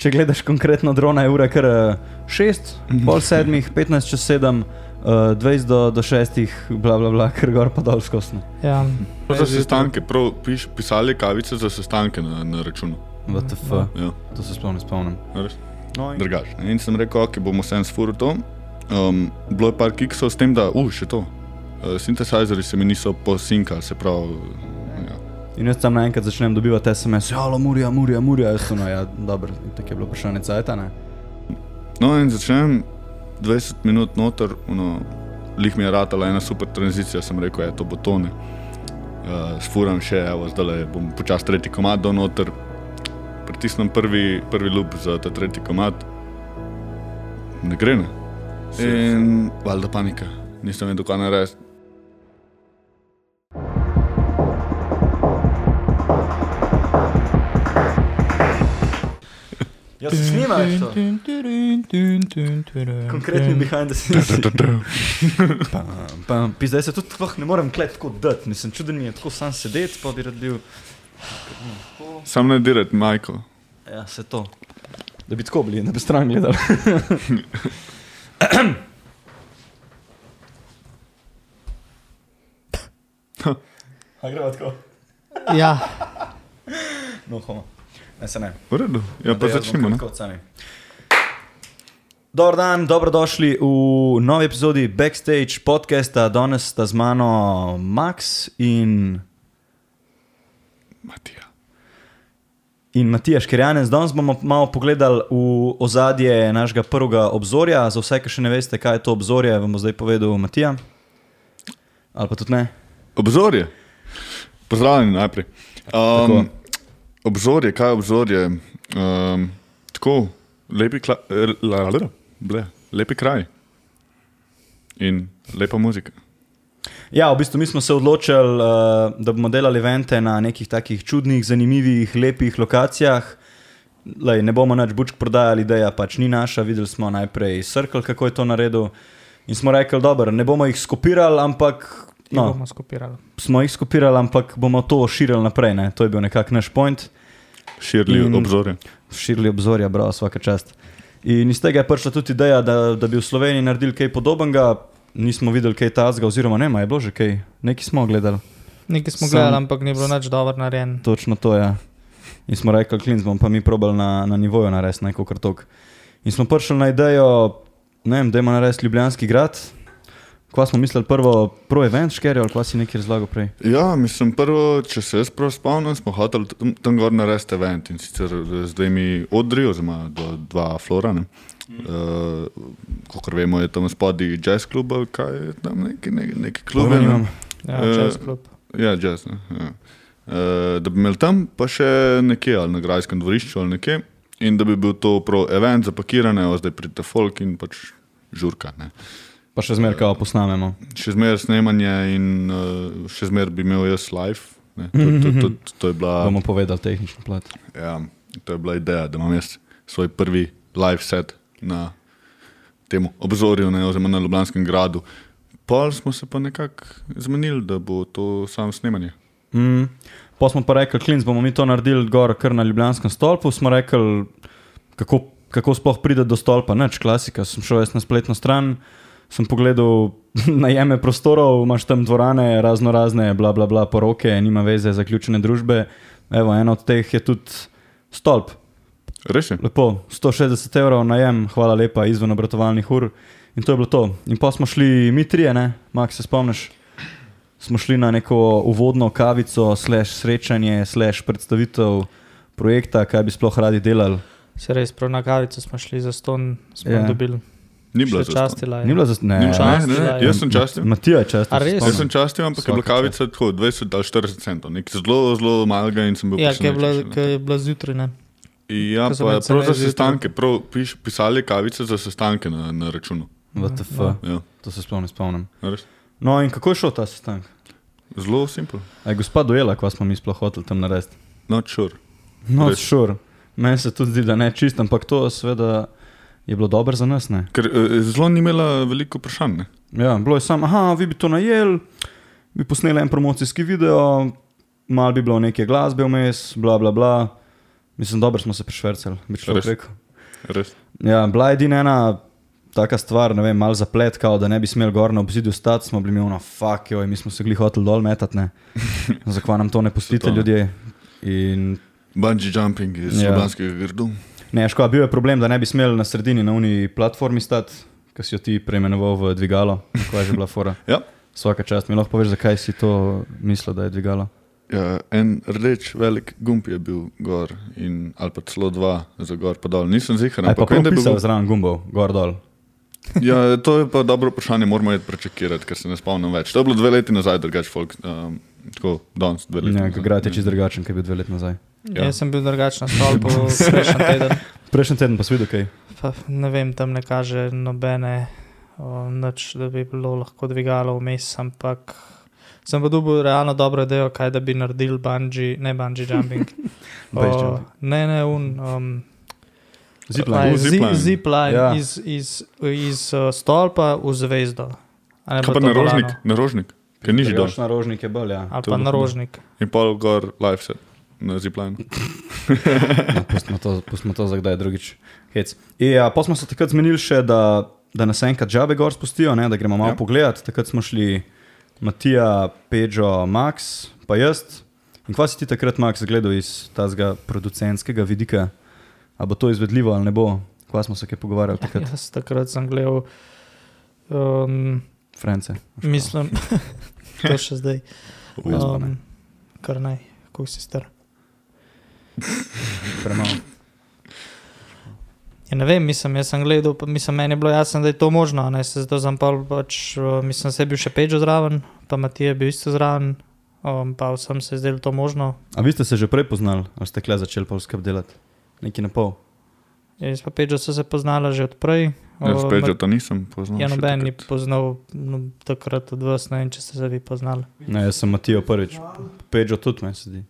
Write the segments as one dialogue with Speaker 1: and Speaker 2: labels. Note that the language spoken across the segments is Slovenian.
Speaker 1: če gledaš konkretno drona, je ura kar 6, pol 7, 15 čez 7, 20 do, do 6, bla bla bla, ker gor pa dol no. skosne.
Speaker 2: Ja.
Speaker 3: To Za sestanke, prav piš, pisali kavice za sestanke na, na računu.
Speaker 1: VTF,
Speaker 3: Ja,
Speaker 1: to se sploh ne spomnim.
Speaker 3: res.
Speaker 1: No, in...
Speaker 3: Drugač. In sem rekel, ok, bomo vsem sfurili to. Um, bilo je par kiksov s tem, da, uh, še to. Uh, Sintesajzerji se mi niso posinkali, se pravi. Ja.
Speaker 1: in jaz tam naenkrat začnem dobivati SMS, jalo, "Ja, murja, murja, murja, jaz sem, ja, dobro, tako je bilo vprašanje cajta, ne?
Speaker 3: No in začnem 20 minut noter, no, lih mi je ratala ena super tranzicija, sem rekel, je to bo tone. Uh, sfuram še, evo, zdaj bom počasi tretji komad do noter, pritisnem prvi, prvi lup za ta tretji komad. Ne gre ne. In valjda panika, nisem vedel, kaj naj res.
Speaker 1: Jaz sem snimal to. Konkretni behind the scenes. Pam, Zdaj se tudi sploh ne morem klet tako dati, mislim, čuden mi je tako sam sedeti, pa bi rad bil,
Speaker 3: Sam ne dirati, Michael.
Speaker 1: ja, se to. Da bi tako bili, da bi stran gledali. A gremo tako?
Speaker 2: ja.
Speaker 1: No, homo. Ne, se ne.
Speaker 3: V redu, ja pa
Speaker 1: Jaz bom
Speaker 3: začnimo.
Speaker 1: kar
Speaker 3: ne.
Speaker 1: tako od sami. Dober dan, dobrodošli v novi epizodi Backstage podcasta. Danes sta z mano Max in
Speaker 3: Matija.
Speaker 1: In Matijaš Kirjanec, danes bomo malo pogledali v ozadje našega prvega obzorja. Za vse, ki še ne veste, kaj je to obzorje, vam bo zdaj povedal Matija. Ali pa tudi ne.
Speaker 3: Obzorje. Pozdravljeni najprej.
Speaker 1: Tako.
Speaker 3: Um, obzorje, kaj je obzorje? Um, tako, lepi, kla, eh, la, la, ble, lepi kraj in lepa muzika.
Speaker 1: Ja, v bistvu mi smo se odločili, eh, da bomo delali evente na nekih takih čudnih, zanimivih, lepih lokacijah. Lej, ne bomo več bučk prodajali, ideja pač ni naša. Videli smo najprej Circle, kako je to naredil. In smo rekli, dobro, ne bomo jih skopirali, ampak.
Speaker 2: No.
Speaker 1: No,
Speaker 2: Bomo skopirali.
Speaker 1: smo jih skopirali, ampak bomo to širili naprej. Ne? To je bil nekakšen naš point.
Speaker 3: Širili
Speaker 1: In-
Speaker 3: in... obzorje.
Speaker 1: širili obzorja, bravo, vsaka čast. In iz tega je prišla tudi ideja, da, da bi v Sloveniji naredili kaj podobnega. Nismo videli kaj tazga, oziroma ne, ma je bilo že kaj, nekaj smo gledali.
Speaker 2: Nekaj smo
Speaker 1: Sam-
Speaker 2: gledali, ampak ni bilo nič dobro narejeno.
Speaker 1: Točno to je. Ja. In smo rekli, klinc bomo pa mi probali na, na nivoju narediti neko krtok. In smo prišli na idejo, ne vem, da ima narediti Ljubljanski grad. Kva smo mislili prvo, pro-event škerje ali kva si nekaj razlagal prej?
Speaker 3: Ja, mislim, prvo, če se jaz prav spomnim, smo hoteli tam, tam gor narediti event in sicer z dvemi odri, oziroma dva, dva flora. Mm. Uh, Kot vemo, je tam spodaj jazz klub, ali kaj je tam neki, neki, neki klub.
Speaker 1: Pojma nimam.
Speaker 2: Ja,
Speaker 3: Eh,
Speaker 2: čez klub.
Speaker 3: Ja, jazz. Ne, ja. Uh, da bi imel tam, pa še nekje ali na grajskem dvorišču ali nekje, in da bi bil to pro-event zapakirane, o, zdaj pridete folk in pač žurka. Ne.
Speaker 1: Pa še zmeraj kao posnamemo.
Speaker 3: Še zmeraj snemanje in uh, še zmeraj bi imel jaz live. ne. To, to, to, to, to, je bila,
Speaker 1: Bomo povedali tehnično plat.
Speaker 3: ja, to je bila ideja, da imam jaz svoj prvi live set na tem obzorju, ne, oziroma na Ljubljanskem gradu. Pol smo se pa nekako zmenili, da bo to samo snemanje.
Speaker 1: Mm. Pa smo pa rekli, klinc bomo mi to naredili gor, kar na Ljubljanskem stolpu. Smo rekli, kako, kako sploh pride do stolpa, neč klasika. Sem šel jaz na spletno stran, sem pogledal najeme prostorov, imaš tam dvorane, razno razne, bla bla bla, poroke, nima veze, zaključene družbe. Evo, en od teh je tudi stolp.
Speaker 3: Res je.
Speaker 1: Lepo, 160 evrov najem, hvala lepa, izven obratovalnih ur. In to je bilo to. In pa smo šli mi trije, ne, Max, se spomniš, smo šli na neko uvodno kavico, slash srečanje, slash predstavitev projekta, kaj bi sploh radi delali.
Speaker 2: Se res, prav na kavico smo šli za ston, smo
Speaker 1: Ja.
Speaker 2: yeah. dobili.
Speaker 3: Ni bilo
Speaker 2: Še
Speaker 3: zastonj.
Speaker 2: častila. je. ja.
Speaker 1: Ni bilo za ne.
Speaker 3: Ni bilo
Speaker 2: čast,
Speaker 3: ne,
Speaker 2: ja,
Speaker 3: ne,
Speaker 2: ja.
Speaker 3: jaz sem častil.
Speaker 1: Matija je častil.
Speaker 2: A res?
Speaker 3: Jaz
Speaker 1: častil.
Speaker 3: sem častil, ampak je bila
Speaker 1: Svaka
Speaker 3: kavica tako 20 ali 40 centov, nek zelo, zelo malega in sem bil
Speaker 2: Ja, ki je bila,
Speaker 3: presenečen.
Speaker 2: ki je bila zjutraj. ne.
Speaker 3: Ja,
Speaker 2: ko so
Speaker 3: pa
Speaker 2: med
Speaker 3: prav za
Speaker 2: cenejo že
Speaker 3: sestanke, prav piš, pisali kavice za sestanke na, na računu.
Speaker 1: VTF,
Speaker 3: Ja,
Speaker 1: to se sploh ne spomnim.
Speaker 3: res.
Speaker 1: No in kako je šel ta sestanek?
Speaker 3: Zelo simpel.
Speaker 1: Aj, gospa dojela, kva smo mi sploh hoteli tam narediti.
Speaker 3: Not sure.
Speaker 1: No,
Speaker 3: Res.
Speaker 1: sure. Meni se tudi zdi, da ne čist, ampak to seveda je bilo dobro za nas, ne.
Speaker 3: Ker eh, zelo ni imela veliko vprašanj. ne.
Speaker 1: Ja, bilo je samo, aha, vi bi to najeli, bi posneli en promocijski video, malo bi bilo neke glasbe vmes, bla bla bla. Mislim, dobro smo se prešvercali, bi človek
Speaker 3: Res.
Speaker 1: rekel.
Speaker 3: Res.
Speaker 1: Ja, bila je edina ena taka stvar, ne vem, mal zaplet, kao, da ne bi smel gor na obzidu stati, smo bili mi ono, fuck jo, mi smo se glih hoteli dol metati, ne. Zakaj nam to ne pustite,
Speaker 3: Svetovno.
Speaker 1: ljudje? In
Speaker 3: Bungee jumping iz
Speaker 1: Ja.
Speaker 3: Ljubljanskega grdu.
Speaker 1: ne, škoda, bil je problem, da ne bi smel na sredini na uni platformi stati, ki si jo ti preimenoval v dvigalo, kaj je že bila fora.
Speaker 3: Ja.
Speaker 1: Vsaka čast, mi lahko poveš, zakaj si to mislil, da je dvigalo.
Speaker 3: Ja, en rdeč velik gumb je bil gor, in, ali pa celo dva za gor pa dol. Nisem zihar,
Speaker 1: Aj pa
Speaker 3: ampak vem, da
Speaker 1: prvi
Speaker 3: bi
Speaker 1: pisal
Speaker 3: bil.
Speaker 1: zraven gumbov, gor dol.
Speaker 3: Ja, to je pa dobro vprašanje, moramo jih prečekirati, ker se ne spomnim več. To je bilo dve leti nazaj, drugače folk. Um, tako, danes dve leti.
Speaker 1: Ja,
Speaker 3: nazaj. Mhm.
Speaker 1: grad je čist drugačen, kot je bil dve leti nazaj.
Speaker 3: Ja.
Speaker 2: Ja. Jaz sem bil drugačen, stal po prejšnjem tednu.
Speaker 1: Prejšnji teden pa si videl kaj.
Speaker 2: Pa ne vem, tam ne kaže nobene o, nič, da bi bilo lahko dvigalo vmes, ampak sem pa dobil realno dobro idejo, kaj da bi naredil bungee, ne bungee jumping.
Speaker 1: Base jumping.
Speaker 2: ne, ne, un. Um,
Speaker 1: Zipline.
Speaker 3: Aj, zipline.
Speaker 2: Zipline
Speaker 1: Ja.
Speaker 2: ja. iz, iz, iz uh, stolpa v zvezdo. A ne
Speaker 3: Kaj
Speaker 2: bo
Speaker 3: pa
Speaker 2: to
Speaker 3: narožnik,
Speaker 2: bolano?
Speaker 3: narožnik, ker ni že dol.
Speaker 1: Drugačna rožnik je bolj, ja.
Speaker 2: Ali
Speaker 3: To
Speaker 2: pa
Speaker 3: bo-
Speaker 2: narožnik.
Speaker 3: In pol gor live set na ziplajnu.
Speaker 1: Ja, Pustimo to, pustimo to za kdaj drugič. Hec. In, ja, pa smo se takrat zmenili še, da, da nas enkrat žabe gor spustijo, ne, da gremo malo
Speaker 3: Ja.
Speaker 1: ja. pogledat. Takrat smo šli Matija, Pedro, Max, pa jaz. In kva si ti takrat, Max, gledal iz tega producentskega vidika? A bo to izvedljivo ali ne bo? Kva smo se kaj pogovarjali takrat?
Speaker 2: Jaz takrat sem gledal, um,
Speaker 1: France.
Speaker 2: mislim, to še zdaj.
Speaker 1: Jaz pa ne.
Speaker 2: Um, kar naj, kako si star.
Speaker 1: Premalo.
Speaker 2: Ja, ne vem, mislim, jaz sem gledal, pa mislim, meni je bilo jasno, da je to možno. a Ne? Se zato sem pa pač, uh, mislim, se je bil še Pečo zraven, pa Matija je bil isto zraven, um, pa vsem se je zdelo to možno.
Speaker 1: A vi ste se že prej poznali, ali ste kle začeli pa skrb delati? Nekaj na pol.
Speaker 2: Jaz pa Pečo so se poznala že odprej.
Speaker 3: Ja,
Speaker 2: o,
Speaker 3: spet, to nisem poznal.
Speaker 2: Ja,
Speaker 3: No, še
Speaker 2: noben ni
Speaker 3: takrat.
Speaker 2: poznal no, takrat od vas, ne vem, če ste se vi poznali.
Speaker 1: Ne, jaz sem Matijo prvič, Pedro tudi meni sedi.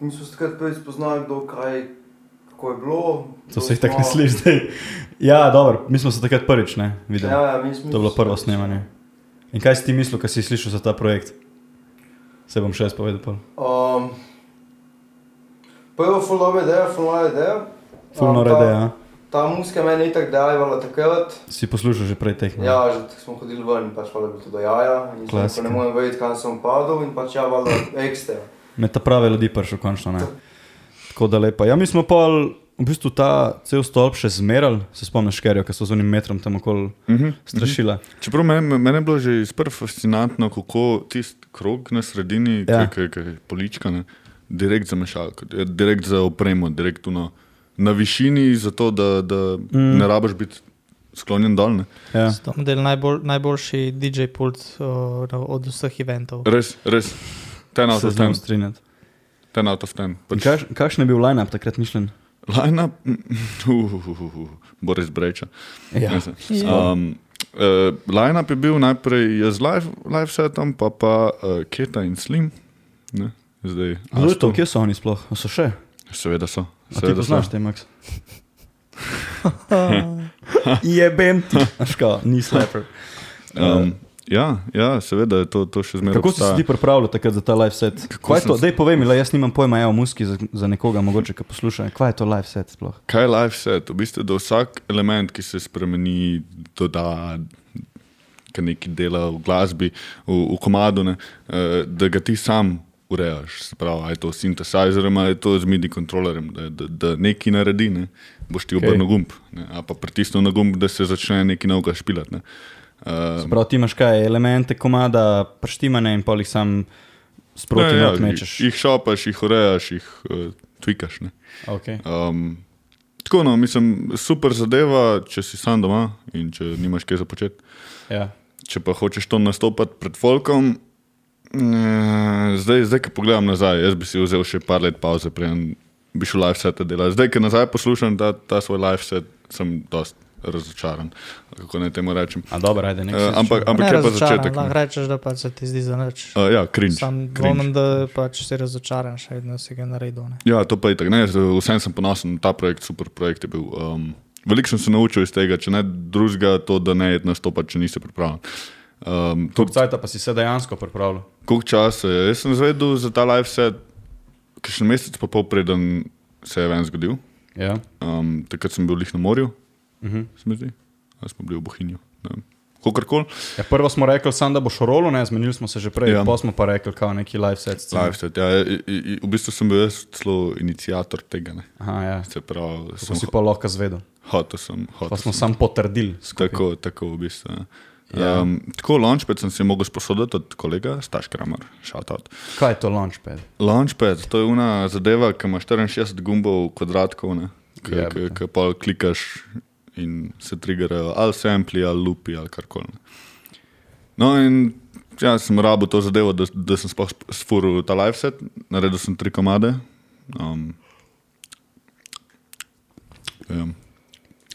Speaker 4: In so se takrat prvič spoznali, kdo kaj, kako je bilo.
Speaker 1: To
Speaker 4: kdo
Speaker 1: se jih tako ne
Speaker 4: smo.
Speaker 1: sliši zdaj. Ja, dobro, mi smo se takrat prvič ne, videli.
Speaker 4: Ja, ja, mi smo.
Speaker 1: to je bilo prvo snemanje. In kaj si ti mislil, ko si slišal za ta projekt? Se bom še jaz povedal. Pol.
Speaker 4: Um, prvo fulano idejo, fulano idejo. Um,
Speaker 1: Fulno rede, ja.
Speaker 4: No, Ta muzika meni je tako dajala takrat.
Speaker 1: Si poslušal že prej teh. ne?
Speaker 4: Ja, že tako smo hodili ven, pač pa je bilo to do jaja. In zdaj, ko
Speaker 1: Klasika.
Speaker 4: ne morem vedeti, kam sem padel in pač ja, valjda ekstra.
Speaker 1: Med ta prave ljudi prišel končno. Ne. Tako da lepa. Ja, mi smo pa v bistvu ta cel stolp še zmerali, se spomniš, ker so z unim metrom tam okoli
Speaker 3: Mhm.
Speaker 1: strašila.
Speaker 3: Čeprav meni men je bilo že izprv fascinantno, kako tisti krog na sredini,
Speaker 1: Ja.
Speaker 3: ja. ki je polička, ne, direkt za mešalko, eh, direkt za opremo, direkt uno, na višini, zato da, da mm. ne rabiš biti sklonjen dol. Ne.
Speaker 4: Mhm.
Speaker 1: Ja.
Speaker 2: S Tom del najbolj, najboljši DJ pult uh, od vseh eventov.
Speaker 3: Res, res. Ten out
Speaker 1: Se
Speaker 3: of
Speaker 1: znam
Speaker 3: ten,
Speaker 1: strinjati.
Speaker 3: ten out of ten.
Speaker 1: In
Speaker 3: Pač
Speaker 1: kaš- Kakšen je bil line-up takrat mišljen?
Speaker 3: Lajna, Boris Breča.
Speaker 1: Ja.
Speaker 3: Um, uh, Line-up je bil najprej jaz live, live setom, pa pa uh, Keta in Slim. Ne? Zdaj,
Speaker 1: Zelo je to,
Speaker 3: Astu.
Speaker 1: kje so oni sploh? A So še?
Speaker 3: Seveda so.
Speaker 1: A ti
Speaker 3: Seveda
Speaker 1: poznaš te, Max? Jebem ti. Škoda, ni sleper.
Speaker 3: Um, ja, ja, seveda je to, to še zmeraj.
Speaker 1: Kako si se ti pripravljal takrat za ta live set?
Speaker 3: Kako
Speaker 1: Kaj je
Speaker 3: sem
Speaker 1: to?
Speaker 3: se-
Speaker 1: Dej povej mi, le jaz nimam pojma, ja, o muski za, za nekoga, mogoče, ki posluša. Kaj je to live set sploh?
Speaker 3: Kaj je live set? V bistvu, da vsak element, ki se spremeni, doda, ki nekaj dela v glasbi, v, v komadu, ne, eh, da ga ti sam urejaš. Se pravi, a je to s sintesajzerjem ali je to z midi kontrolerjem, da, da, da nekaj naredi, ne, boš ti
Speaker 1: Okej.
Speaker 3: obrnil okay. gumb, ne, ali pa pritisnil na gumb, da se začne nekaj novega špilati. Ne. Um,
Speaker 1: Prav, ti imaš kaj, elemente, komada, prštimane in polih sam sproti
Speaker 3: ne,
Speaker 1: ne,
Speaker 3: ja,
Speaker 1: odmečeš.
Speaker 3: Jih, jih šopaš, jih urejaš, jih uh, tvikaš. Ne.
Speaker 1: Okay.
Speaker 3: Um, tako, no, mislim, super zadeva, če si sam doma in če nimaš kaj započeti.
Speaker 1: Ja.
Speaker 3: Če pa hočeš to nastopati pred Folkom, eh, zdaj, zdaj ki pogledam nazaj, jaz bi si vzel še par let pauze, preden bi šel live set delati. Zdaj, ki nazaj poslušam ta, ta svoj live set, sem dost razočaran, kako naj temu rečem.
Speaker 1: A dobro, ajde, nekaj.
Speaker 3: Eh, ampak ampak
Speaker 2: Ne
Speaker 3: je pa
Speaker 2: razočaran,
Speaker 3: začetek.
Speaker 2: Lahko
Speaker 3: ne.
Speaker 2: rečeš, da pač se ti zdi za nič.
Speaker 3: Eh, ja, cringe.
Speaker 2: Sam
Speaker 3: cringe.
Speaker 2: dvomim, da pač si razočaran, še vedno si ga naredil. Ne?
Speaker 3: Ja, to pa je tako. Ne, z- vsem sem ponosen, ta projekt, super projekt je bil. Um, veliko sem se naučil iz tega, če ne drugega, to, da ne nastopati, če nisi pripravljen. Um, to-
Speaker 1: Cajta pa si se dejansko pripravljal.
Speaker 3: Koliko časa je? Jaz sem zvedel za ta live set, ki še en mesec pa pol preden se je ven zgodil.
Speaker 1: Ja.
Speaker 3: Um, takrat sem bil lih na morju,
Speaker 1: Uh -huh.
Speaker 3: se mi zdi, ali smo bili v Bohinju. Kakorkoli,
Speaker 1: ja, prvo smo rekli, sam, da boš rolo, ne, zmenili smo se že prej,
Speaker 3: Ja.
Speaker 1: ja. pa smo pa rekli, kao neki live set. scene.
Speaker 3: live set. Ja, i- i- i- v bistvu sem bil jaz celo inicijator tega. Ne.
Speaker 1: Aha, ja.
Speaker 3: Se pravi,
Speaker 1: To
Speaker 3: sem
Speaker 1: si
Speaker 3: ho-
Speaker 1: pa lahko zvedel.
Speaker 3: hotel sem.
Speaker 1: Pa
Speaker 3: Hotel
Speaker 1: smo
Speaker 3: sem.
Speaker 1: sam potrdili. skupaj.
Speaker 3: Tako, tako v bistvu. Ja.
Speaker 1: Ja.
Speaker 3: Um, tako launchpad sem si mogel sposoditi od kolega Staš Kramer, šatat.
Speaker 1: Kaj je to launchpad?
Speaker 3: Launchpad, to je una zadeva, ki ima 64 gumbov kvadratkov, ne, ki- ki
Speaker 1: Jebate.
Speaker 3: ki pa klikaš in se trigerajo ali sampli ali lupi ali karkoli. ne. No in ja, sem rabo to zadevo, da, da sem sploh sp- sfuril ta live set, naredil sem tri komade. Um, ja,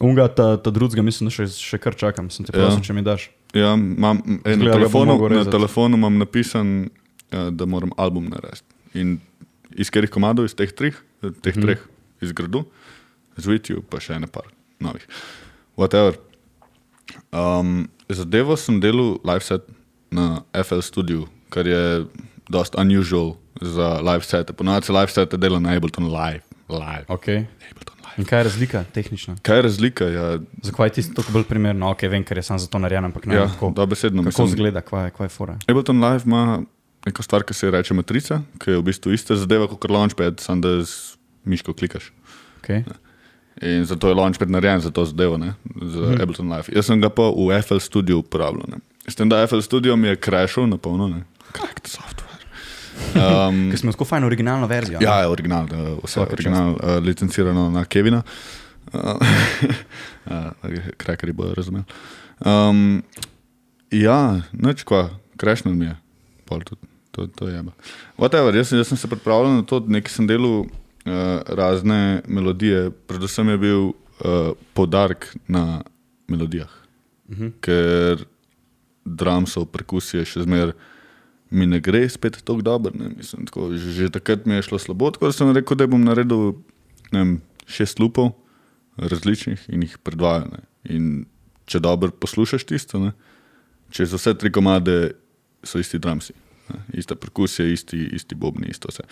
Speaker 1: Unga, ta, ta drugega, mislim, da še, še kar čakam, sem te
Speaker 3: Ja.
Speaker 1: prosil, če mi daš.
Speaker 3: Ja, imam, eh,
Speaker 1: Izgleda,
Speaker 3: na,
Speaker 1: ga bom
Speaker 3: telefonu,
Speaker 1: mogel
Speaker 3: na
Speaker 1: rezati.
Speaker 3: telefonu imam napisan, eh, da moram album narediti. In iz katerih komadov, iz teh treh, eh, teh
Speaker 1: Mhm.
Speaker 3: mm. treh izgradu, z Vitiju, pa še ena par novih. Whatever. Um, zadevo sem delal live set na FL Studiu, kar je dost unusual za live sete. Ponovadi se live sete dela na Ableton Live. live.
Speaker 1: Okay.
Speaker 3: Ableton live.
Speaker 1: In kaj je razlika tehnična?
Speaker 3: Kaj je razlika? Ja,
Speaker 1: Zakaj je tisto tako bolj primerno? Ok, vem, ker je sam za to narejen, ampak ne
Speaker 3: ja,
Speaker 1: ja, tako.
Speaker 3: dobesedno.
Speaker 1: Kako
Speaker 3: mislim-
Speaker 1: izgleda, kaj, je- kaj je fora?
Speaker 3: Ableton Live ima neko stvar, ki se ji reče matrica, ki je v bistvu ista zadeva kot launchpad, samo da z miško klikaš.
Speaker 1: Okay.
Speaker 3: In zato je launchpad narejen za to zadevo, ne? za
Speaker 1: Mhm.
Speaker 3: hmm. Ableton Live. Jaz sem ga pa v FL Studiu uporabljal. Ne? S tem, da FL Studio mi je crashal na polno, ne. Cracked software. Um,
Speaker 1: Ker smo tako fajn originalno verzijo. ne?
Speaker 3: ja, je original, da, vse je
Speaker 1: Vsaka čast.
Speaker 3: original, uh, licencirano na Kevina. Uh, uh, Krakeri bojo razumeli. Um, ja, nič kva, krešno mi je. Pol tudi, to, to je jeba. Whatever, jaz, sem- jaz sem se pripravljal na to, nekaj sem delal uh, razne melodije, predvsem je bil uh, podarek na melodijah
Speaker 1: Mhm.
Speaker 3: ker drumsov perkusije še zmeraj mi ne gre spet tako dobro. ne, mislim, Tako, že, že takrat mi je šlo slabo, tako da sem rekel, da bom naredil ne vem, šest lupov različnih in jih predvajal. ne. In če dobro poslušaš tisto, ne, če za vse tri komade so isti drumsi, ne, ista perkusija, isti, isti bobni, isto vse.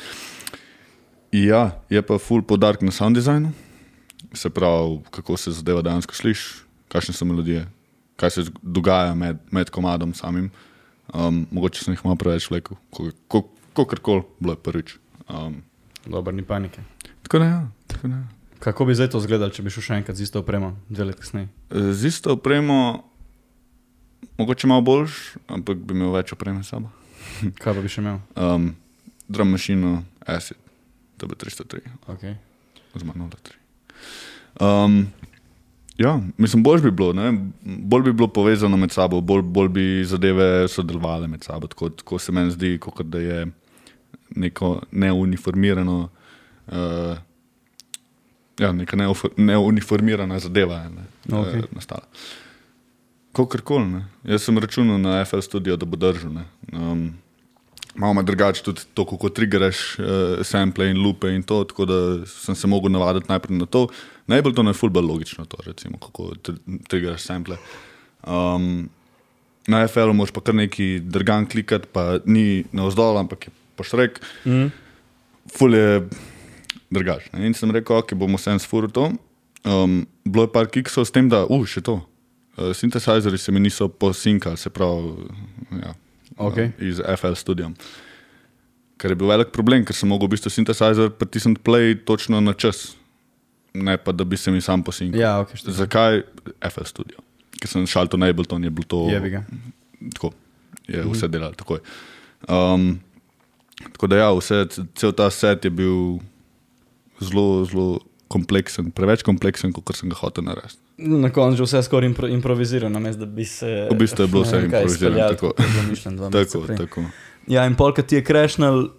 Speaker 3: Ja, je pa full podarek na sound designu, se pravi, kako se zadeva dejansko sliši, kakšne so melodije, kaj se zg- dogaja med, med komadom samim. Um, mogoče sem jih malo preveč vlekel, kot koli, bilo je prvič. Um,
Speaker 1: Dobro, ni panike.
Speaker 3: tako da, ja, tako da. ja.
Speaker 1: Kako bi zdaj to izgledalo, če bi šel še enkrat z isto opremo, dve leti kasneje?
Speaker 3: E, Z isto opremo, mogoče malo boljš, ampak bi imel več opreme s sabo.
Speaker 1: Kaj pa bi še imel?
Speaker 3: Um, drum mašino, acid, TB303,
Speaker 1: Okay.
Speaker 3: oziroma 03. Um, ja, mislim, bolj bi bilo, ne, bolj bi bilo povezano med sabo, bolj, bolj bi zadeve sodelovale med sabo. Tako, tako se meni zdi, kot da je neko neuniformirano. Uh, Ja, neka neof- neuniformirana zadeva je ne,
Speaker 1: Okej.
Speaker 3: okay. nastala. Kakorkoli. ne. Jaz sem računal na FL studio, da bo držal. ne. Um, malo ima drugače tudi to, kako trigeraš uh, sample in lupe in to, tako da sem se mogel navaditi najprej na to. Najbolj to ne fulba logično, to, recimo, kako tr trigeraš sample. Um, na FL-u moš pa kar neki drgan klikati, pa ni navzdol, ampak je pošrek
Speaker 1: Mm.
Speaker 3: ful je drugačen. In sem rekel, ok, bomo vsem sfurili to. Um, bilo je par kiksov s tem, da, uh, še to. Uh, Sintesajzerji se mi niso posinkali, se pravi, ja,
Speaker 1: Ok.
Speaker 3: uh, iz FL studia. Kar je bil velik problem, ker sem mogel v bistvu sintesajzer pritisniti play točno na čas, ne pa da bi se mi sam posinkal.
Speaker 1: Ja, ok, što
Speaker 3: Zakaj FL studio? Ker sem šel to na Ableton, je bilo to
Speaker 1: je bi ga.
Speaker 3: tako je
Speaker 1: Mhm.
Speaker 3: vse delal takoj. Um, tako da, ja, vse, cel ta set je bil zelo, zelo kompleksen, preveč kompleksen, kot sem ga hotel narediti.
Speaker 1: Na koncu že vse skoraj impro improvizirano, namesto da bi se.
Speaker 3: V bistvu je bilo vse
Speaker 1: ne vem, kaj
Speaker 3: improvizirano,
Speaker 1: izpeljalo,
Speaker 3: tako.
Speaker 1: kot je bilo mišljeno dva meseca
Speaker 3: Tako,
Speaker 1: prej.
Speaker 3: tako.
Speaker 1: Ja, in polka ti je krešnil,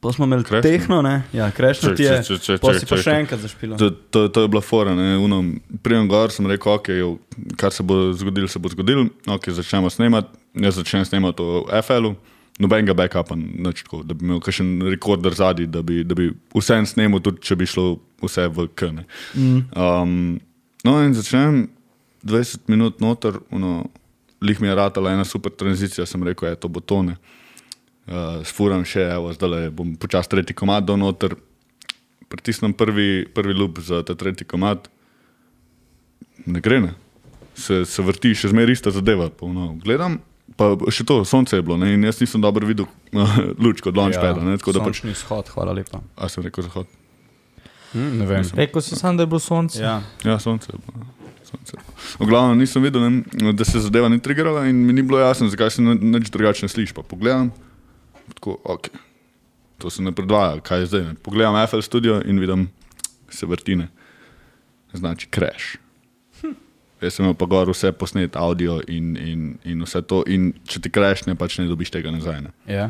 Speaker 1: pa smo imeli
Speaker 3: Crashnil?
Speaker 1: Krešno? tehno, ne? Ja, krešnil ti je.
Speaker 3: če,
Speaker 1: Pa si pa še enkrat zašpilo.
Speaker 3: To, to, to je bila fora. ne, ono, Prijem gor sem rekel, ok, jo, kar se bo zgodilo, se bo zgodilo, ok, začnemo snemati. Jaz začnem snemati v FL-u, nobenega backupa, nič tako, da bi imel kakšen rekorder zadnji, da bi, da bi vse en snemal, tudi če bi šlo vse v kne.
Speaker 1: Mm.
Speaker 3: Um, no, in začnem 20 minut noter, ono, lih mi je ratala ena super tranzicija, sem rekel, je to Eh, bo tone. Uh, sfuram še, evo, zdaj bom počasi tretji komad do noter, pritisnem prvi, prvi lup za ta tretji komat, ne gre. Ne. Se, se vrti še zmeraj ista zadeva. Pa, no, gledam, pa še to, sonce je bilo ne, in jaz nisem dobro videl luč kot launchpada. Ja, tako da pač.
Speaker 1: Sončni izhod, hvala lepa.
Speaker 3: A sem rekel zahod. Mm,
Speaker 1: Hm, ne vem.
Speaker 2: Rekel si sam, da je bilo sonce.
Speaker 1: Ja.
Speaker 3: Ja, sonce je bilo. Sonce je bilo. V glavnem nisem videl, ne, da se zadeva ni triggerala in mi ni bilo jasno, zakaj se ni- nič drugače ne sliši. Pa pogledam, tako, ok, to se ne predvaja, kaj je zdaj. Ne. Pogledam FL studio in vidim, se vrtine. Znači, crash. Hm. Jaz sem imel pa gor vse posnet, audio in, in, in vse to. In če ti krešne, pač ne dobiš tega nazaj. Ne.
Speaker 1: Ja.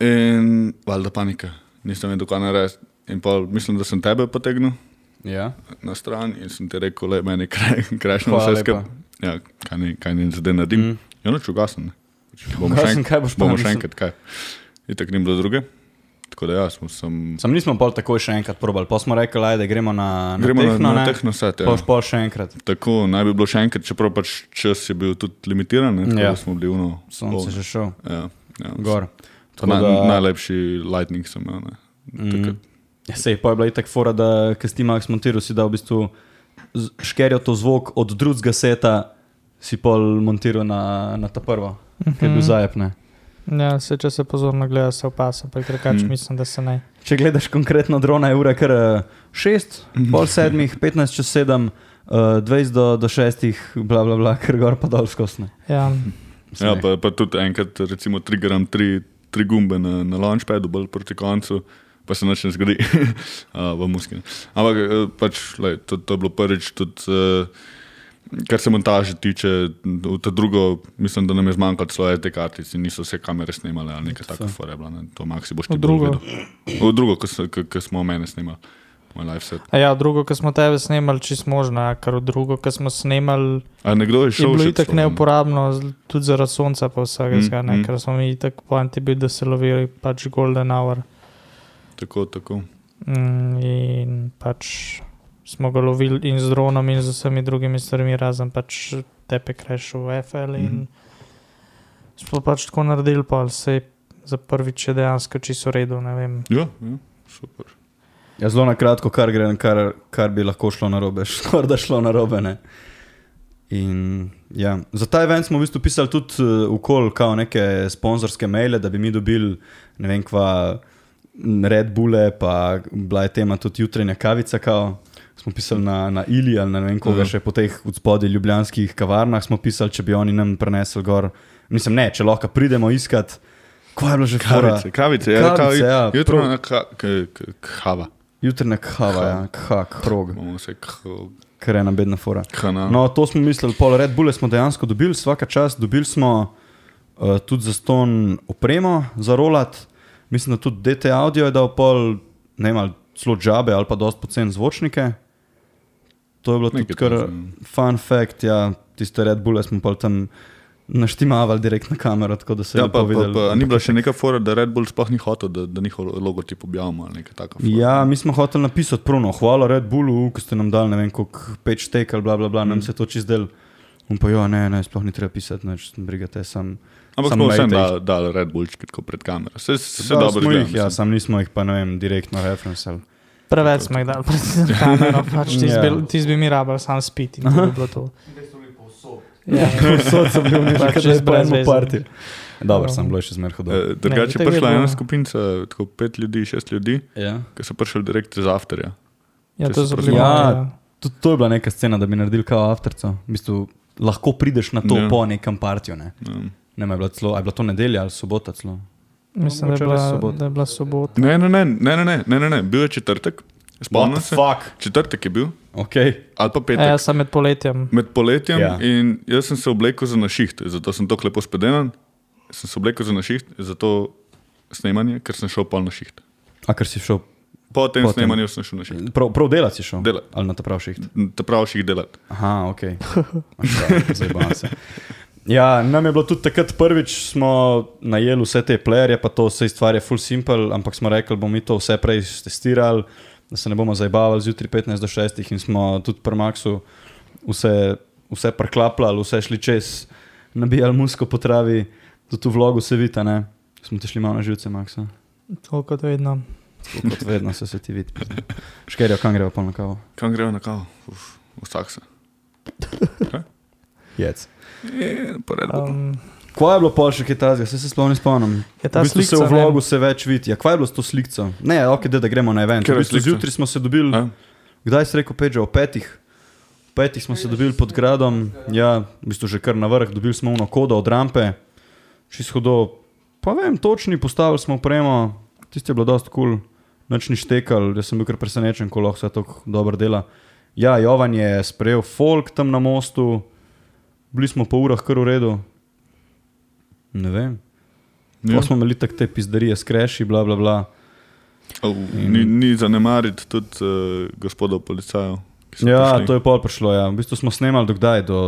Speaker 3: In valjda panika, nisem vedel, kaj naj rečem. In pa mislim, da sem tebe potegnil
Speaker 1: Ja.
Speaker 3: na stran in sem ti rekel, le meni krešno
Speaker 1: Hvala
Speaker 3: vse
Speaker 1: lepa.
Speaker 3: skupaj. Ja, kaj ni, kaj ni zdaj naredim. Mm.
Speaker 1: Mm.
Speaker 3: Ja, noč ugasen. ne. Pač Bomo še,
Speaker 1: Razen
Speaker 3: enk,
Speaker 1: kaj boš pa
Speaker 3: bomo še
Speaker 1: napisal?
Speaker 3: enkrat, kaj. In tako ni bilo druge. Tako da jaz sem.
Speaker 1: Sam nismo pol takoj še enkrat probali, pa smo rekli, ajde, gremo na, na
Speaker 3: Gremo
Speaker 1: tehno,
Speaker 3: na, na
Speaker 1: ne?
Speaker 3: tehno ja. set.
Speaker 1: Pa boš pol še enkrat.
Speaker 3: Tako naj bi bilo še enkrat, čeprav pač čas je bil tudi limitiran, ne, tako
Speaker 1: Ja.
Speaker 3: da smo bili uno.
Speaker 1: Sonce oh. že šel,
Speaker 3: Ja, ja.
Speaker 1: gor.
Speaker 3: To
Speaker 1: Tako
Speaker 3: naj,
Speaker 1: da-
Speaker 3: da... Najlepši lightning sem imel. ne. Takrat.
Speaker 1: Ja, sej, pa je bila itak fora, da ko si ti Max montiral, si dal v bistvu z- škerjo to zvok od drugega seta, si pol montiral na, na ta prvo, ki je bil zajepne.
Speaker 2: Mhm. Ja, se, če se pozorno gleda, se opasa, pa
Speaker 3: Mhm.
Speaker 2: drugače mm. mislim, da se ne.
Speaker 1: Če gledaš konkretno drona, je ura kar 6,
Speaker 3: Mhm.
Speaker 1: pol 7, 15 čez 7, uh, 20 do, do 6, bla bla bla, ker gor pa dol skosne.
Speaker 2: Ja,
Speaker 3: Ja, pa, pa tudi enkrat, recimo, trigeram tri, tri gumbe na, na launchpadu, bolj proti koncu, pa se nič ne zgodi, A, v muskine. Ampak eh, pač, lej, to, to je bilo prvič, tudi eh, kar se montaže tiče, v ta drugo, mislim, da nam je zmanjkalo celo te kartice, niso vse kamere snemale ali nekaj takega, forebla, ne? to maksi boš ti
Speaker 2: V drugo.
Speaker 3: V drugo, ko se- ko- ko smo mene snimali, moj live set.
Speaker 2: A ja drugo, ki smo tebe snemali, čist možno, ja, ker v drugo, ki smo snemali,
Speaker 3: A nekdo je
Speaker 2: je
Speaker 3: šel
Speaker 2: bilo
Speaker 3: še
Speaker 2: itak
Speaker 3: celo, ne?
Speaker 2: neuporabno, z- tudi zaradi sonca, pa vsega,
Speaker 3: Mm,
Speaker 2: mm, zga, ne,
Speaker 3: mm.
Speaker 2: mm. ker smo mi itak poanti bili, da se lovili pač golden hour.
Speaker 3: Tako, tako.
Speaker 2: Mm, in pač smo ga lovili in z dronom, in z vsemi drugimi stvarmi, razen pač tepe kreš v FL. In smo pač tako naredili, pa vse za prvič je dejansko čisto redo, ne vem.
Speaker 3: Ja, ja, super.
Speaker 1: Ja, zelo na kratko, kar, gre, kar, kar bi lahko šlo na robe, skoraj da šlo na robe. In, ja. Za ta event smo v bistvu pisali tudi uh, okol, kao neke sponzorske maile, da bi mi dobili ne vem kva m, Red Bulle, pa bila je tema tudi jutranja kavica. Kao. Smo pisali na, na Ili ali na ne vem koga
Speaker 3: Mhm.
Speaker 1: še po teh odspodaj ljubljanskih kavarnah, smo pisali, če bi oni nam prenesli gor. Mislim, ne, če lahko pridemo iskat, kva je bilo že fora?
Speaker 3: Kavice, kavice, ja,
Speaker 1: Kavice,
Speaker 3: kavice,
Speaker 1: ja,
Speaker 3: ja, jutro
Speaker 1: prav.
Speaker 3: na ka, k, k, kava.
Speaker 1: Jutranja kava,
Speaker 3: Kava.
Speaker 1: ja, kha, krog,
Speaker 3: Bomo se k,
Speaker 1: ker je ena bedna fora.
Speaker 3: kana.
Speaker 1: No, to smo mislili, pol Red Bulle smo dejansko dobili, vsaka čast, dobili smo uh, tudi za ston opremo za rolat. Mislim, da tudi DT Audio je dal pol, ne vem, ali celo džabe ali pa dost pocen zvočnike. To je bilo tudi
Speaker 3: Nekaj
Speaker 1: kar
Speaker 3: takega,
Speaker 1: fun fact, ja, tiste Red Bulle smo pol tam naštimavali direkt na kamero, tako da se je
Speaker 3: Ja, pa,
Speaker 1: lepo
Speaker 3: pa,
Speaker 1: videlo.
Speaker 3: pa, a ni bila še neka fora, da Red Bull sploh ni hotel, da, da njihov logotip objavimo ali nekaj takega.
Speaker 1: Ja, mi smo hoteli napisati pruno, hvala Red Bullu, ki ste nam dali, ne vem, koliko peč tek ali bla bla bla, mm. nam se je to čist del. Um pa jo, ne, ne, sploh ni treba pisati, neč, brigate, sam.
Speaker 3: Ampak
Speaker 1: sam
Speaker 3: smo vsem
Speaker 1: dajte jih.
Speaker 3: dali dal Red Bull tako pred kamero. Se, se, se
Speaker 1: Dali
Speaker 3: dobro
Speaker 1: smo
Speaker 3: gleda,
Speaker 1: jih, ja,
Speaker 3: mislim.
Speaker 1: sam nismo jih pa ne vem, direktno referencali.
Speaker 2: Preveč smo jih dali pred kamero, pač ti
Speaker 1: Ja.
Speaker 2: bi, tis bi mi rabili sam spiti. in to bi bilo to.
Speaker 4: Zdaj so bili povsod.
Speaker 2: Ja,
Speaker 1: Sod sem bil
Speaker 2: Pač
Speaker 1: nekaj
Speaker 2: čist
Speaker 1: čez
Speaker 2: brez
Speaker 1: brezmo
Speaker 2: veze.
Speaker 1: parti. Dobro,
Speaker 2: Ja.
Speaker 1: sem bilo še zmer hodil.
Speaker 3: Eh, Drugače
Speaker 2: Ne,
Speaker 3: je
Speaker 2: itak je
Speaker 3: prišla ena
Speaker 2: bilo-
Speaker 3: skupinca, tako pet ljudi, šest ljudi,
Speaker 1: Ja.
Speaker 3: ki so prišli direkt iz afterja.
Speaker 2: Ja,
Speaker 3: Če
Speaker 2: to
Speaker 3: se
Speaker 2: so bili
Speaker 3: pravi-
Speaker 1: Ja.
Speaker 2: ja.
Speaker 1: Tudi to je bila neka scena, da bi naredil kao avtorco. V bistvu lahko prideš na to
Speaker 3: Ja.
Speaker 1: po nekem partiju, ne.
Speaker 3: Um.
Speaker 1: Ne, ma je bila celo, a je bila to nedelja ali sobota celo.
Speaker 2: Mislim, da je,
Speaker 1: Mogoče res
Speaker 2: bila,
Speaker 1: sobota.
Speaker 2: da je bila sobota.
Speaker 3: Ne, ne, ne, ne, ne, ne, ne, ne, ne, bil je četrtek, spomnim se.
Speaker 1: fuck?
Speaker 3: Četrtek je bil,
Speaker 1: Ok.
Speaker 3: ali pa
Speaker 2: E,
Speaker 3: petek.
Speaker 2: jaz sem med poletjem.
Speaker 3: med poletjem
Speaker 1: Ja.
Speaker 3: ja. in jaz sem se oblekel za našiht, zato sem tako lepo spedenen. Sem se oblekel za našiht, za to snemanje, ker sem šel pol našiht.
Speaker 1: A ker si šel
Speaker 3: Po
Speaker 1: Potem.
Speaker 3: tem Potem. snemanju sem šel našiht.
Speaker 1: Prav, prav delati si šel.
Speaker 3: Delat.
Speaker 1: Ali na ta prav šiht.
Speaker 3: Ta pravših delati.
Speaker 1: Aha, ok. Zabavam se. Ja, nam je bilo tudi takrat prvič, smo najeli vse te playerje, pa to vse stvar je full simple, ampak smo rekli, bomo mi to vse prej testirali, da se ne bomo zabavali zjutraj 15 do 6 in smo tudi pri Maxu vse, vse preklapljali, vse šli čez, nabijali musko po travi, tudi v vlogu se vita, ne. Smo ti šli malo na živce, Maxa.
Speaker 2: Tako kot vedno.
Speaker 1: Tako Kot vedno se, se ti vidi. Škerijo, kam greva pa na kavo.
Speaker 3: Kam grejo na kavo? Uf, vsak se.
Speaker 1: Jec.
Speaker 5: E,
Speaker 3: Je, pa red bo.
Speaker 2: Um,
Speaker 1: Kva je bilo pol še kaj tazga, se, se sploh ne spomnim.
Speaker 2: je
Speaker 1: V
Speaker 2: ta
Speaker 1: bistvu se
Speaker 2: slika
Speaker 1: v vlogu se več vidi. Ja, kva je bilo s to slikco? Ne, ok, da, da gremo na event.
Speaker 3: Katera
Speaker 1: V bistvu
Speaker 3: slikca?
Speaker 1: zjutraj smo se dobili,
Speaker 3: Ja.
Speaker 1: kdaj si rekel, Pedro, o petih. O petih smo se dobili pod gradom, ja, v bistvu že kar na vrh, dobili smo uno kodo od rampe, čez hodo, pa vem, točni, postavili smo opremo, tisti je bilo dosti kul, cool. noč ni štekal, jaz sem bil kar presenečen, ko lahko vse tako dobro dela. Ja, Jovan je sprejel folk tam na mostu, bili smo po urah kar v redu. Ne vem.
Speaker 3: Ja.
Speaker 1: Ja. Smo imeli tako te pizderije, skreši, bla bla bla.
Speaker 3: Au, Ni, ni zanemariti tudi uh, gospodov policajev. ki so
Speaker 1: Ja,
Speaker 3: prišli.
Speaker 1: to je pol prišlo. Ja. V bistvu smo snemali do kdaj, do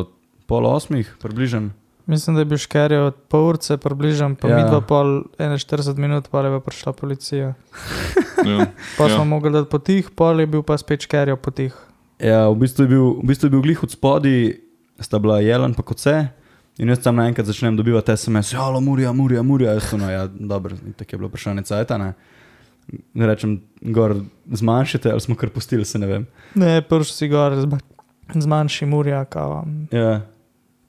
Speaker 1: pol osmih, približno.
Speaker 2: Mislim, da je bil škerje od pol urce, približno, pa
Speaker 1: Ja.
Speaker 2: ja. mi dva pol, 41 minut, pa je pa prišla policija.
Speaker 3: Ja.
Speaker 2: Pa
Speaker 3: Ja.
Speaker 2: ja. smo mogli dati potih, pol je bil pa spet škerje potih.
Speaker 1: Ja, v bistvu je bil, v bistvu je bil glih od spodaj, sta bila Jelen pa kot vse. In jaz tam naenkrat začnem dobivati SMS, ja, murja, murja, murja, jaz to no, ja, dobro, tako je bilo vprašanje cajta, ne. Ne rečem, gor zmanjšite ali smo kar pustili, se ne vem.
Speaker 2: Ne, prš si gor, zma- zmanjši murja, kao.
Speaker 1: Ja.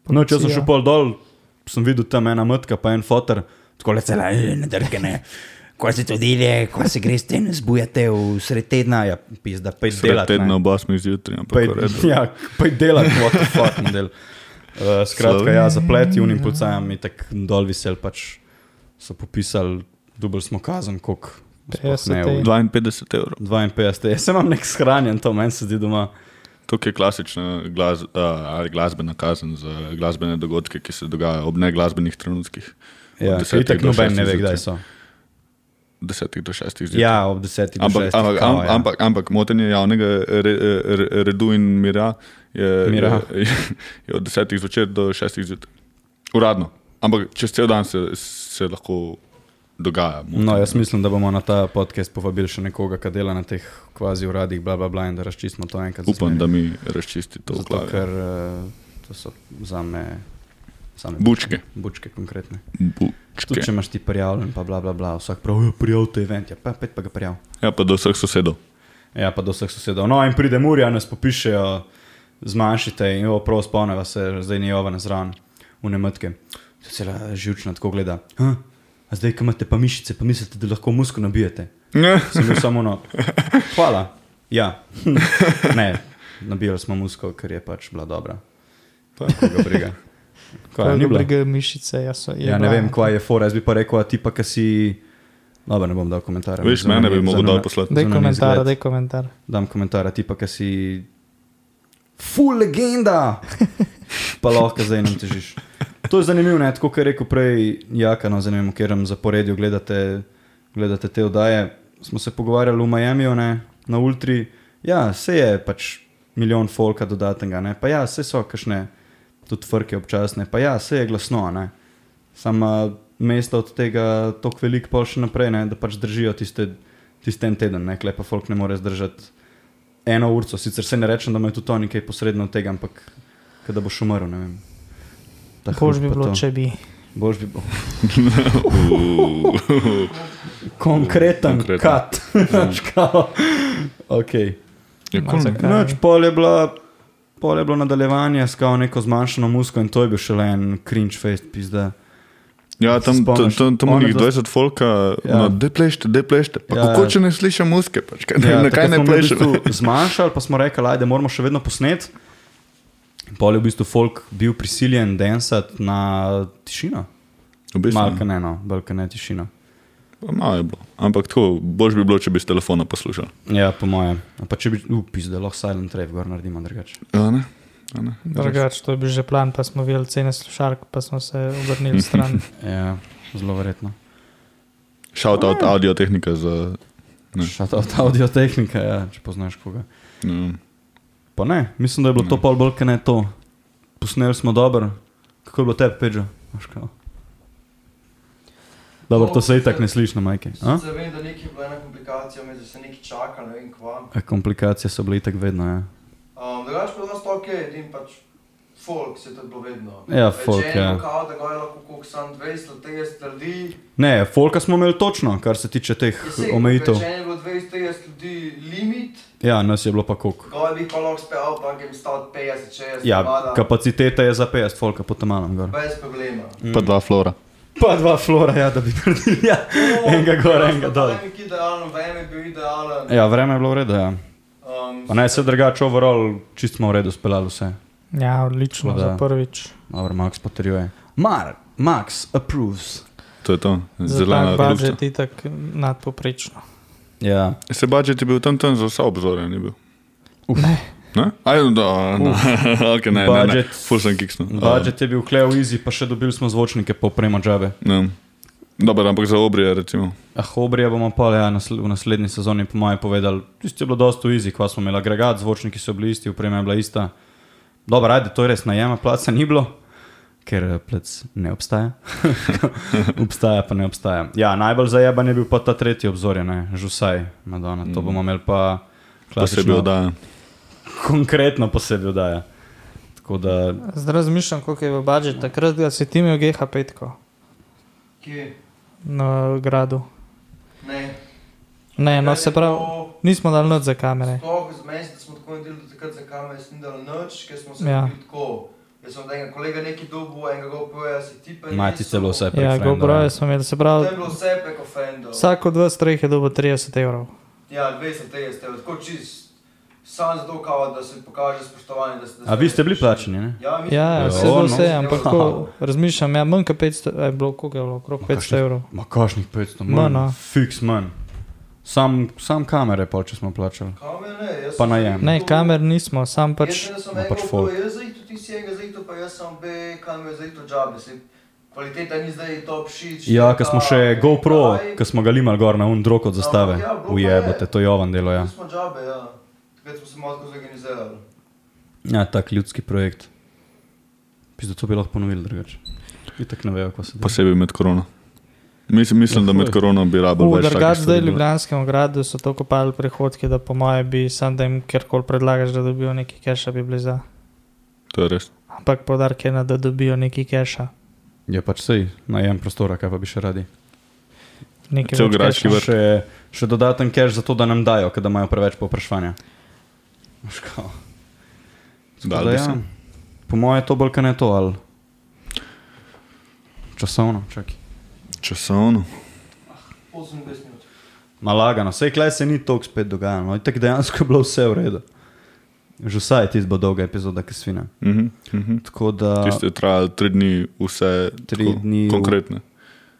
Speaker 1: No, če sem
Speaker 2: policija.
Speaker 1: šel pol dol, sem videl tam ena mrtka, pa en fotor, tako le cela.
Speaker 5: cela nedrkane. Ko se to dele, ko se greš ten zbujate v sred tedna, ja, pizda, pej
Speaker 3: Sred
Speaker 5: delat. ne.
Speaker 3: tedna ob 8 zjutraj, ampak
Speaker 1: Pej,
Speaker 3: v redu.
Speaker 1: ja, pej delati, what the fuck, ne del. Uh, skratka, ja, zapleti unim pocajem in tako dol visel, pač so popisali, dubl smo kazen, koliko. sploh ne,
Speaker 2: 50
Speaker 1: v
Speaker 3: 52 evrov.
Speaker 1: 52, jaz sem vam nek shranjen, to meni se zdi doma.
Speaker 3: To je klasična glas, uh, ali glasbena kazen za glasbene dogodke, ki se dogajajo ob neglasbenih trenutkih.
Speaker 1: Ja,
Speaker 3: Od desetih
Speaker 1: itak
Speaker 3: do
Speaker 1: noben ne
Speaker 3: šestih
Speaker 1: ve, kdaj so.
Speaker 3: zjutraj. 10 do 6 zjutraj.
Speaker 1: Ja, ob desetih. do
Speaker 3: Ampak,
Speaker 1: šestih,
Speaker 3: ampak,
Speaker 1: kao,
Speaker 3: am,
Speaker 1: ja.
Speaker 3: ampak, ampak motenje javnega re, re, redu in mira je,
Speaker 1: Mira.
Speaker 3: je, je od 10 zvečer do 6 zjutraj. Uradno. Ampak čez cel dan se, se lahko dogaja. motenje.
Speaker 1: No, jaz mislim, da bomo na ta podcast povabili še nekoga, ki dela na teh kvazi uradih, bla, bla, bla, in da razčistimo to enkrat. za
Speaker 3: Upam, da
Speaker 1: zmeraj.
Speaker 3: mi razčisti to v
Speaker 1: Zato,
Speaker 3: glavi.
Speaker 1: ker eh, to so za me same
Speaker 3: Bučke.
Speaker 1: bučke konkretne. Tudi če
Speaker 3: Bučke.
Speaker 1: imaš ti prijavljen, pa bla, bla, bla, vsak pravi, prijav to event, ja, pa pet pa ga prijav.
Speaker 3: Ja, pa do vseh sosedov.
Speaker 1: Ja, pa do vseh sosedov. No, in pride Murja, nas popišejo, zmanjšite in jo prav spomneva se, zdaj ni ova nazran, unemetke. Se cela živčna tako gleda. "Ha? A zdaj, ko imate pa mišice, pa mislite, da lahko musko nabijete. Sem bil samo no. Hvala. Ja. ne, nabijali smo musko, ker je pač bila dobra. Pa koga briga. Kaj,
Speaker 2: Kaj
Speaker 1: ni
Speaker 2: je
Speaker 1: bila?
Speaker 2: briga mišice, jaz sem.
Speaker 1: Ja, ne vem, kva je fora. Jaz bi pa rekel, a ti pa, ki si. Dobro, ne bom dal komentarja.
Speaker 3: Veš,
Speaker 1: Zunanji-
Speaker 3: mene bi mogel
Speaker 1: zunanji-
Speaker 3: dol poslati.
Speaker 2: Dej
Speaker 1: zunanji
Speaker 2: komentar,
Speaker 1: izgled.
Speaker 2: dej komentar.
Speaker 1: Dam komentar, a ti pa, ki si. Full legenda! pa lahko zdaj nam težiš. To je zanimivo, ne? tako kot je rekel prej Jaka, no, zanimivo, ker vam zaporedju gledate, gledate te oddaje. Smo se pogovarjali v Miamiju, ne? na Ultri. Ja, se je pač milijon folka dodatnega, ne? pa ja, se so kašne tudi frke občasne, pa ja, se je glasno, ne. Sama mesta od tega tako veliko pol še naprej, ne? da pač držijo tiste, tiste en teden, ne, klepa folk ne more zdržati eno urco, sicer se ne rečem, da ima tudi to nekaj posredno od tega, ampak ke da boš umrl, ne vem. Ta
Speaker 2: Bož bi
Speaker 1: hrup pa
Speaker 2: bilo,
Speaker 1: to.
Speaker 2: če bi.
Speaker 1: Boš bi bil. Konkreten,
Speaker 3: Konkreten. Ja.
Speaker 1: kat. Znaš, kao. okay. Ja,
Speaker 3: Je
Speaker 2: Ma,
Speaker 3: kul,
Speaker 1: No,
Speaker 3: ne?
Speaker 2: zakaj?
Speaker 1: Noč, pol je bila. Pol je bilo nadaljevanje s kao neko zmanjšano musko in to je bil še le en cringe fest, pizda.
Speaker 3: Ja,
Speaker 1: Se
Speaker 3: tam, tam,
Speaker 1: spomniš?
Speaker 3: tam, tam
Speaker 1: Ona
Speaker 3: onih
Speaker 1: dva-
Speaker 3: 20 folka,
Speaker 1: Ja.
Speaker 3: ja. no, da plešte, da plešte. Pa
Speaker 1: Ja,
Speaker 3: ja,
Speaker 1: ja.
Speaker 3: kako če ne slišim muske, pač, kaj, ja, na kaj
Speaker 1: takrat
Speaker 3: ne
Speaker 1: smo mi v
Speaker 3: pleše?
Speaker 1: bistvu Zmanjšali pa smo rekli, "Ajde, da moramo še vedno posneti. In Pol je v bistvu folk bil prisiljen dansati na tišino.
Speaker 3: V bistvu,
Speaker 1: Malka
Speaker 3: ne.
Speaker 1: ne, no, velika ne tišina.
Speaker 3: Pa Malo je bilo. Ampak tako, bož bi bilo, če bi s telefona poslušal.
Speaker 1: Ja, po mojem. A Pa če bi, upis, da lahko silent trap gor naredimo drugače.
Speaker 3: Ja, ne? Ja, ne?
Speaker 2: Drugač, to je bil že plan, pa smo videli cene slušalk, pa smo se obrnili stran.
Speaker 1: Ja, zelo verjetno.
Speaker 3: Shout out audio tehnika za. Ne.
Speaker 1: Šata od audio tehnika, ja, če poznaš koga.
Speaker 3: Ne.
Speaker 1: Pa ne, mislim, da je bilo to pol bolj, kaj ne to. Posneli smo dobro. Kako je bilo tebi, Pedro? Imaš kao? Dobro, to se itak ne sliši na majke. A?
Speaker 4: Sicer vem, da nekaj je bila ena komplikacija, me se nekaj čaka, ne vem kva.
Speaker 1: E, A komplikacije so bile itak vedno, ja.
Speaker 4: Ehm, Um, Drugač pa je dosti ok, edin pač folk se je to bilo vedno.
Speaker 1: Ja, folk, ja.
Speaker 4: Kao, da ga je lahko koliko sam 230 ljudi.
Speaker 1: Ne, folka smo imeli točno, kar se tiče teh omejitev.
Speaker 4: Če je bilo 230 ljudi limit,
Speaker 1: Ja, nas je bilo pa koliko.
Speaker 4: ga je bi pa lahko speljal, pa jim stal 50, 60,
Speaker 1: Ja,
Speaker 4: navada,
Speaker 1: kapaciteta je za 50 folka po tamalem gor.
Speaker 4: brez problema.
Speaker 3: Pa dva flora.
Speaker 1: Pa dva flora, ja, da bi naredili. Ja. Enega gor, enega dol.
Speaker 4: Nek idealen, vreme je bil idealen.
Speaker 1: ja, vreme je bilo v redu, ja.
Speaker 4: Um,
Speaker 1: Pa naj se drugače overall, čist smo v redu speljali vse.
Speaker 2: Ja, odlično
Speaker 1: Tako
Speaker 2: za
Speaker 1: da-
Speaker 2: prvič.
Speaker 1: Dobro, Max potrjuje. Mar, Max approves.
Speaker 3: To je to,
Speaker 2: Za tak
Speaker 3: zelena družba.
Speaker 2: budžet je tako nadpoprečno.
Speaker 1: Ja.
Speaker 3: Se budžet je bil tam tam za vsa obzorja, ni bil.
Speaker 1: Uf.
Speaker 2: Ne.
Speaker 3: Ne? Ajde, da, no. okay, ne, ne, ne.
Speaker 1: Budget.
Speaker 3: Ful sem kiksnil.
Speaker 1: Budžet je bil kleo easy, pa še dobili smo zvočnike po prema džabe.
Speaker 3: Ne. Dobro, ampak za obrije, recimo.
Speaker 1: Ah, obrije bomo pa ja, nasl v naslednji sezoni, po mojem, povedali. Tisti je bilo dosta easy, kva smo imeli agregat, zvočniki so bili isti, uprema je bila ista. Dobro, ajde, to je res najema, placa ni bilo, ker eh, plec ne obstaja. obstaja pa ne obstaja. Ja, najbolj zajeban je bil pa ta tretji obzorje, ne, žusaj, Madonna. To bomo imeli pa
Speaker 3: To se je bil,
Speaker 1: klasično,
Speaker 3: da.
Speaker 1: konkretno posebej daje. Tako da,
Speaker 2: Zdaj razmišljam, koliko je bil budžet. Takrat da si ti imel GH5
Speaker 4: kje?
Speaker 2: na gradu.
Speaker 4: Ne.
Speaker 2: Ne, no se pravi, nismo dali noč za kamere.
Speaker 4: Sploh z meni se- smo tako naredili, da takrat za kamere nisem dal nič, ker smo se
Speaker 2: Ja.
Speaker 4: ja. bili tako. Jaz sem od enega kolega nekaj dobil, enega GoPro-ja se ti pa
Speaker 1: najti celo vse prek
Speaker 2: Ja,
Speaker 1: frendov,
Speaker 2: GoPro
Speaker 1: ja.
Speaker 2: je smo imeli, se
Speaker 4: To
Speaker 2: pravi,
Speaker 4: je bilo vse preko Fendo.
Speaker 2: vsak od vas treh je dobil 30 evrov.
Speaker 4: Ja, 230 evrov, tako čist. Sam zato, kao, da se pokaže spoštovanje. Da se, da
Speaker 1: A vi ste bili plačeni, ne?
Speaker 4: Ja, mi smo
Speaker 2: Ja,
Speaker 4: bili.
Speaker 2: vse
Speaker 1: Ja,
Speaker 2: bo
Speaker 1: no.
Speaker 2: vse, ampak
Speaker 1: Ja.
Speaker 2: ko razmišljam, ja, manj kot 500, a je bilo, koliko je bilo, okrog 500 evrov.
Speaker 1: Ma kašnih 500,
Speaker 2: Ma, no.
Speaker 1: manj. Fiks manj. Sam, sam kamere pa če smo plačali.
Speaker 4: Kamer ne, jaz
Speaker 1: Pa
Speaker 4: sem
Speaker 1: najem.
Speaker 4: tudi
Speaker 2: Ne,
Speaker 4: dobil-
Speaker 2: kamer nismo, sam
Speaker 4: Jaz
Speaker 2: pač
Speaker 4: sem, da sem
Speaker 1: no,
Speaker 4: enega
Speaker 1: pač
Speaker 4: pač
Speaker 1: folk.
Speaker 4: jaz zahtu, ti si enega zahtu, pa jaz sem B, kamer zahtu džabe. Se, kvaliteta ni zdaj top
Speaker 1: Ja,
Speaker 4: shit. številka,
Speaker 1: ker smo še GoPro,
Speaker 4: kaj.
Speaker 1: ki smo ga limali gor na un drog od zastave.
Speaker 4: Ja, bilo pa je.
Speaker 1: Ujebate, to je ovan delo, ja.
Speaker 4: Mi smo džabe, ja. Takrat smo se malo zorganizirali.
Speaker 1: Ja, tak ljudski projekt. Pizda, to bi lahko ponovili drugače. Itak ne vejo, kako se dela.
Speaker 3: Posebej med korono. Mislim, mislim da med korono bi rabo
Speaker 2: V
Speaker 3: več. takih
Speaker 2: drugač zdaj
Speaker 3: stvari no.
Speaker 2: v
Speaker 3: bilo.
Speaker 2: Ljubljanskem gradu so tako kopali prihodke, da po moje bi sam, da jim kjerkoli predlagaš, da dobijo neki keša, bi bili za.
Speaker 3: To je res.
Speaker 2: Ampak podarek je na, da dobijo neki keša.
Speaker 1: Je pač sej, najem prostora, kaj pa bi še radi.
Speaker 2: Nekaj
Speaker 3: Cel
Speaker 2: več
Speaker 3: graški
Speaker 2: keša.
Speaker 3: vrt.
Speaker 1: Še, še dodaten cash za to, da nam dajo, ker da imajo preveč povpraševanja. Veš kao. Tako
Speaker 3: Dal
Speaker 1: da
Speaker 3: bi
Speaker 1: ja,
Speaker 3: se.
Speaker 1: Po moje je to bolj kaj ne to, ali časovno, čakaj.
Speaker 3: Časovno.
Speaker 4: 28 minut.
Speaker 1: Malagano, vse klej se ni toliko spet dogajalo, no, tako dejansko je bilo vse v redu. Že vsaj tisto bo dolga epizoda, ki svina.
Speaker 3: Mhm, mhm.
Speaker 1: Tako da,
Speaker 3: Tiste je trajalo tri dni, vse
Speaker 1: Tri
Speaker 3: tako
Speaker 1: dni v-
Speaker 3: konkretne.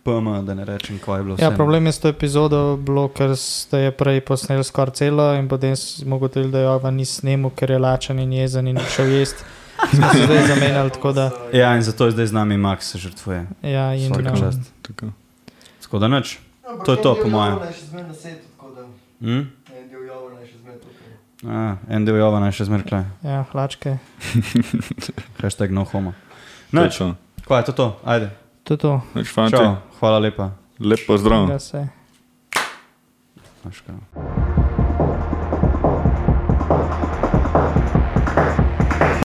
Speaker 1: PM, da ne rečem, kaj je bilo.
Speaker 2: Ja,
Speaker 1: vse.
Speaker 2: problem je s to epizodo bilo, ker ste jo prej posneli skoraj celo in potem smo ugotovili, da jo ni snimil, ker je lačen in jezen in ni šel jesti. Smo se zdaj zamenjali, tako da.
Speaker 1: Ja, in zato je zdaj z nami Max se žrtvuje.
Speaker 2: Ja, in
Speaker 1: Vsaka
Speaker 2: um,
Speaker 1: čast.
Speaker 3: Tako.
Speaker 1: Tako da nič. To je to, po mojem.
Speaker 4: Ne, še zmerno setu, tako da.
Speaker 1: Hm?
Speaker 4: En del javora je še zmerno tukaj.
Speaker 1: A, en del Jovana je še zmerkle,
Speaker 2: ja, hlačke.
Speaker 1: hashtag no homo.
Speaker 3: To je
Speaker 1: Nič,
Speaker 3: to.
Speaker 1: kaj je to, to? ajde.
Speaker 2: To je to, ja,
Speaker 3: Nič, fanti. No.
Speaker 1: Čau, hvala lepa.
Speaker 3: Lep pozdrav.
Speaker 2: da se.
Speaker 1: Znaš kaj.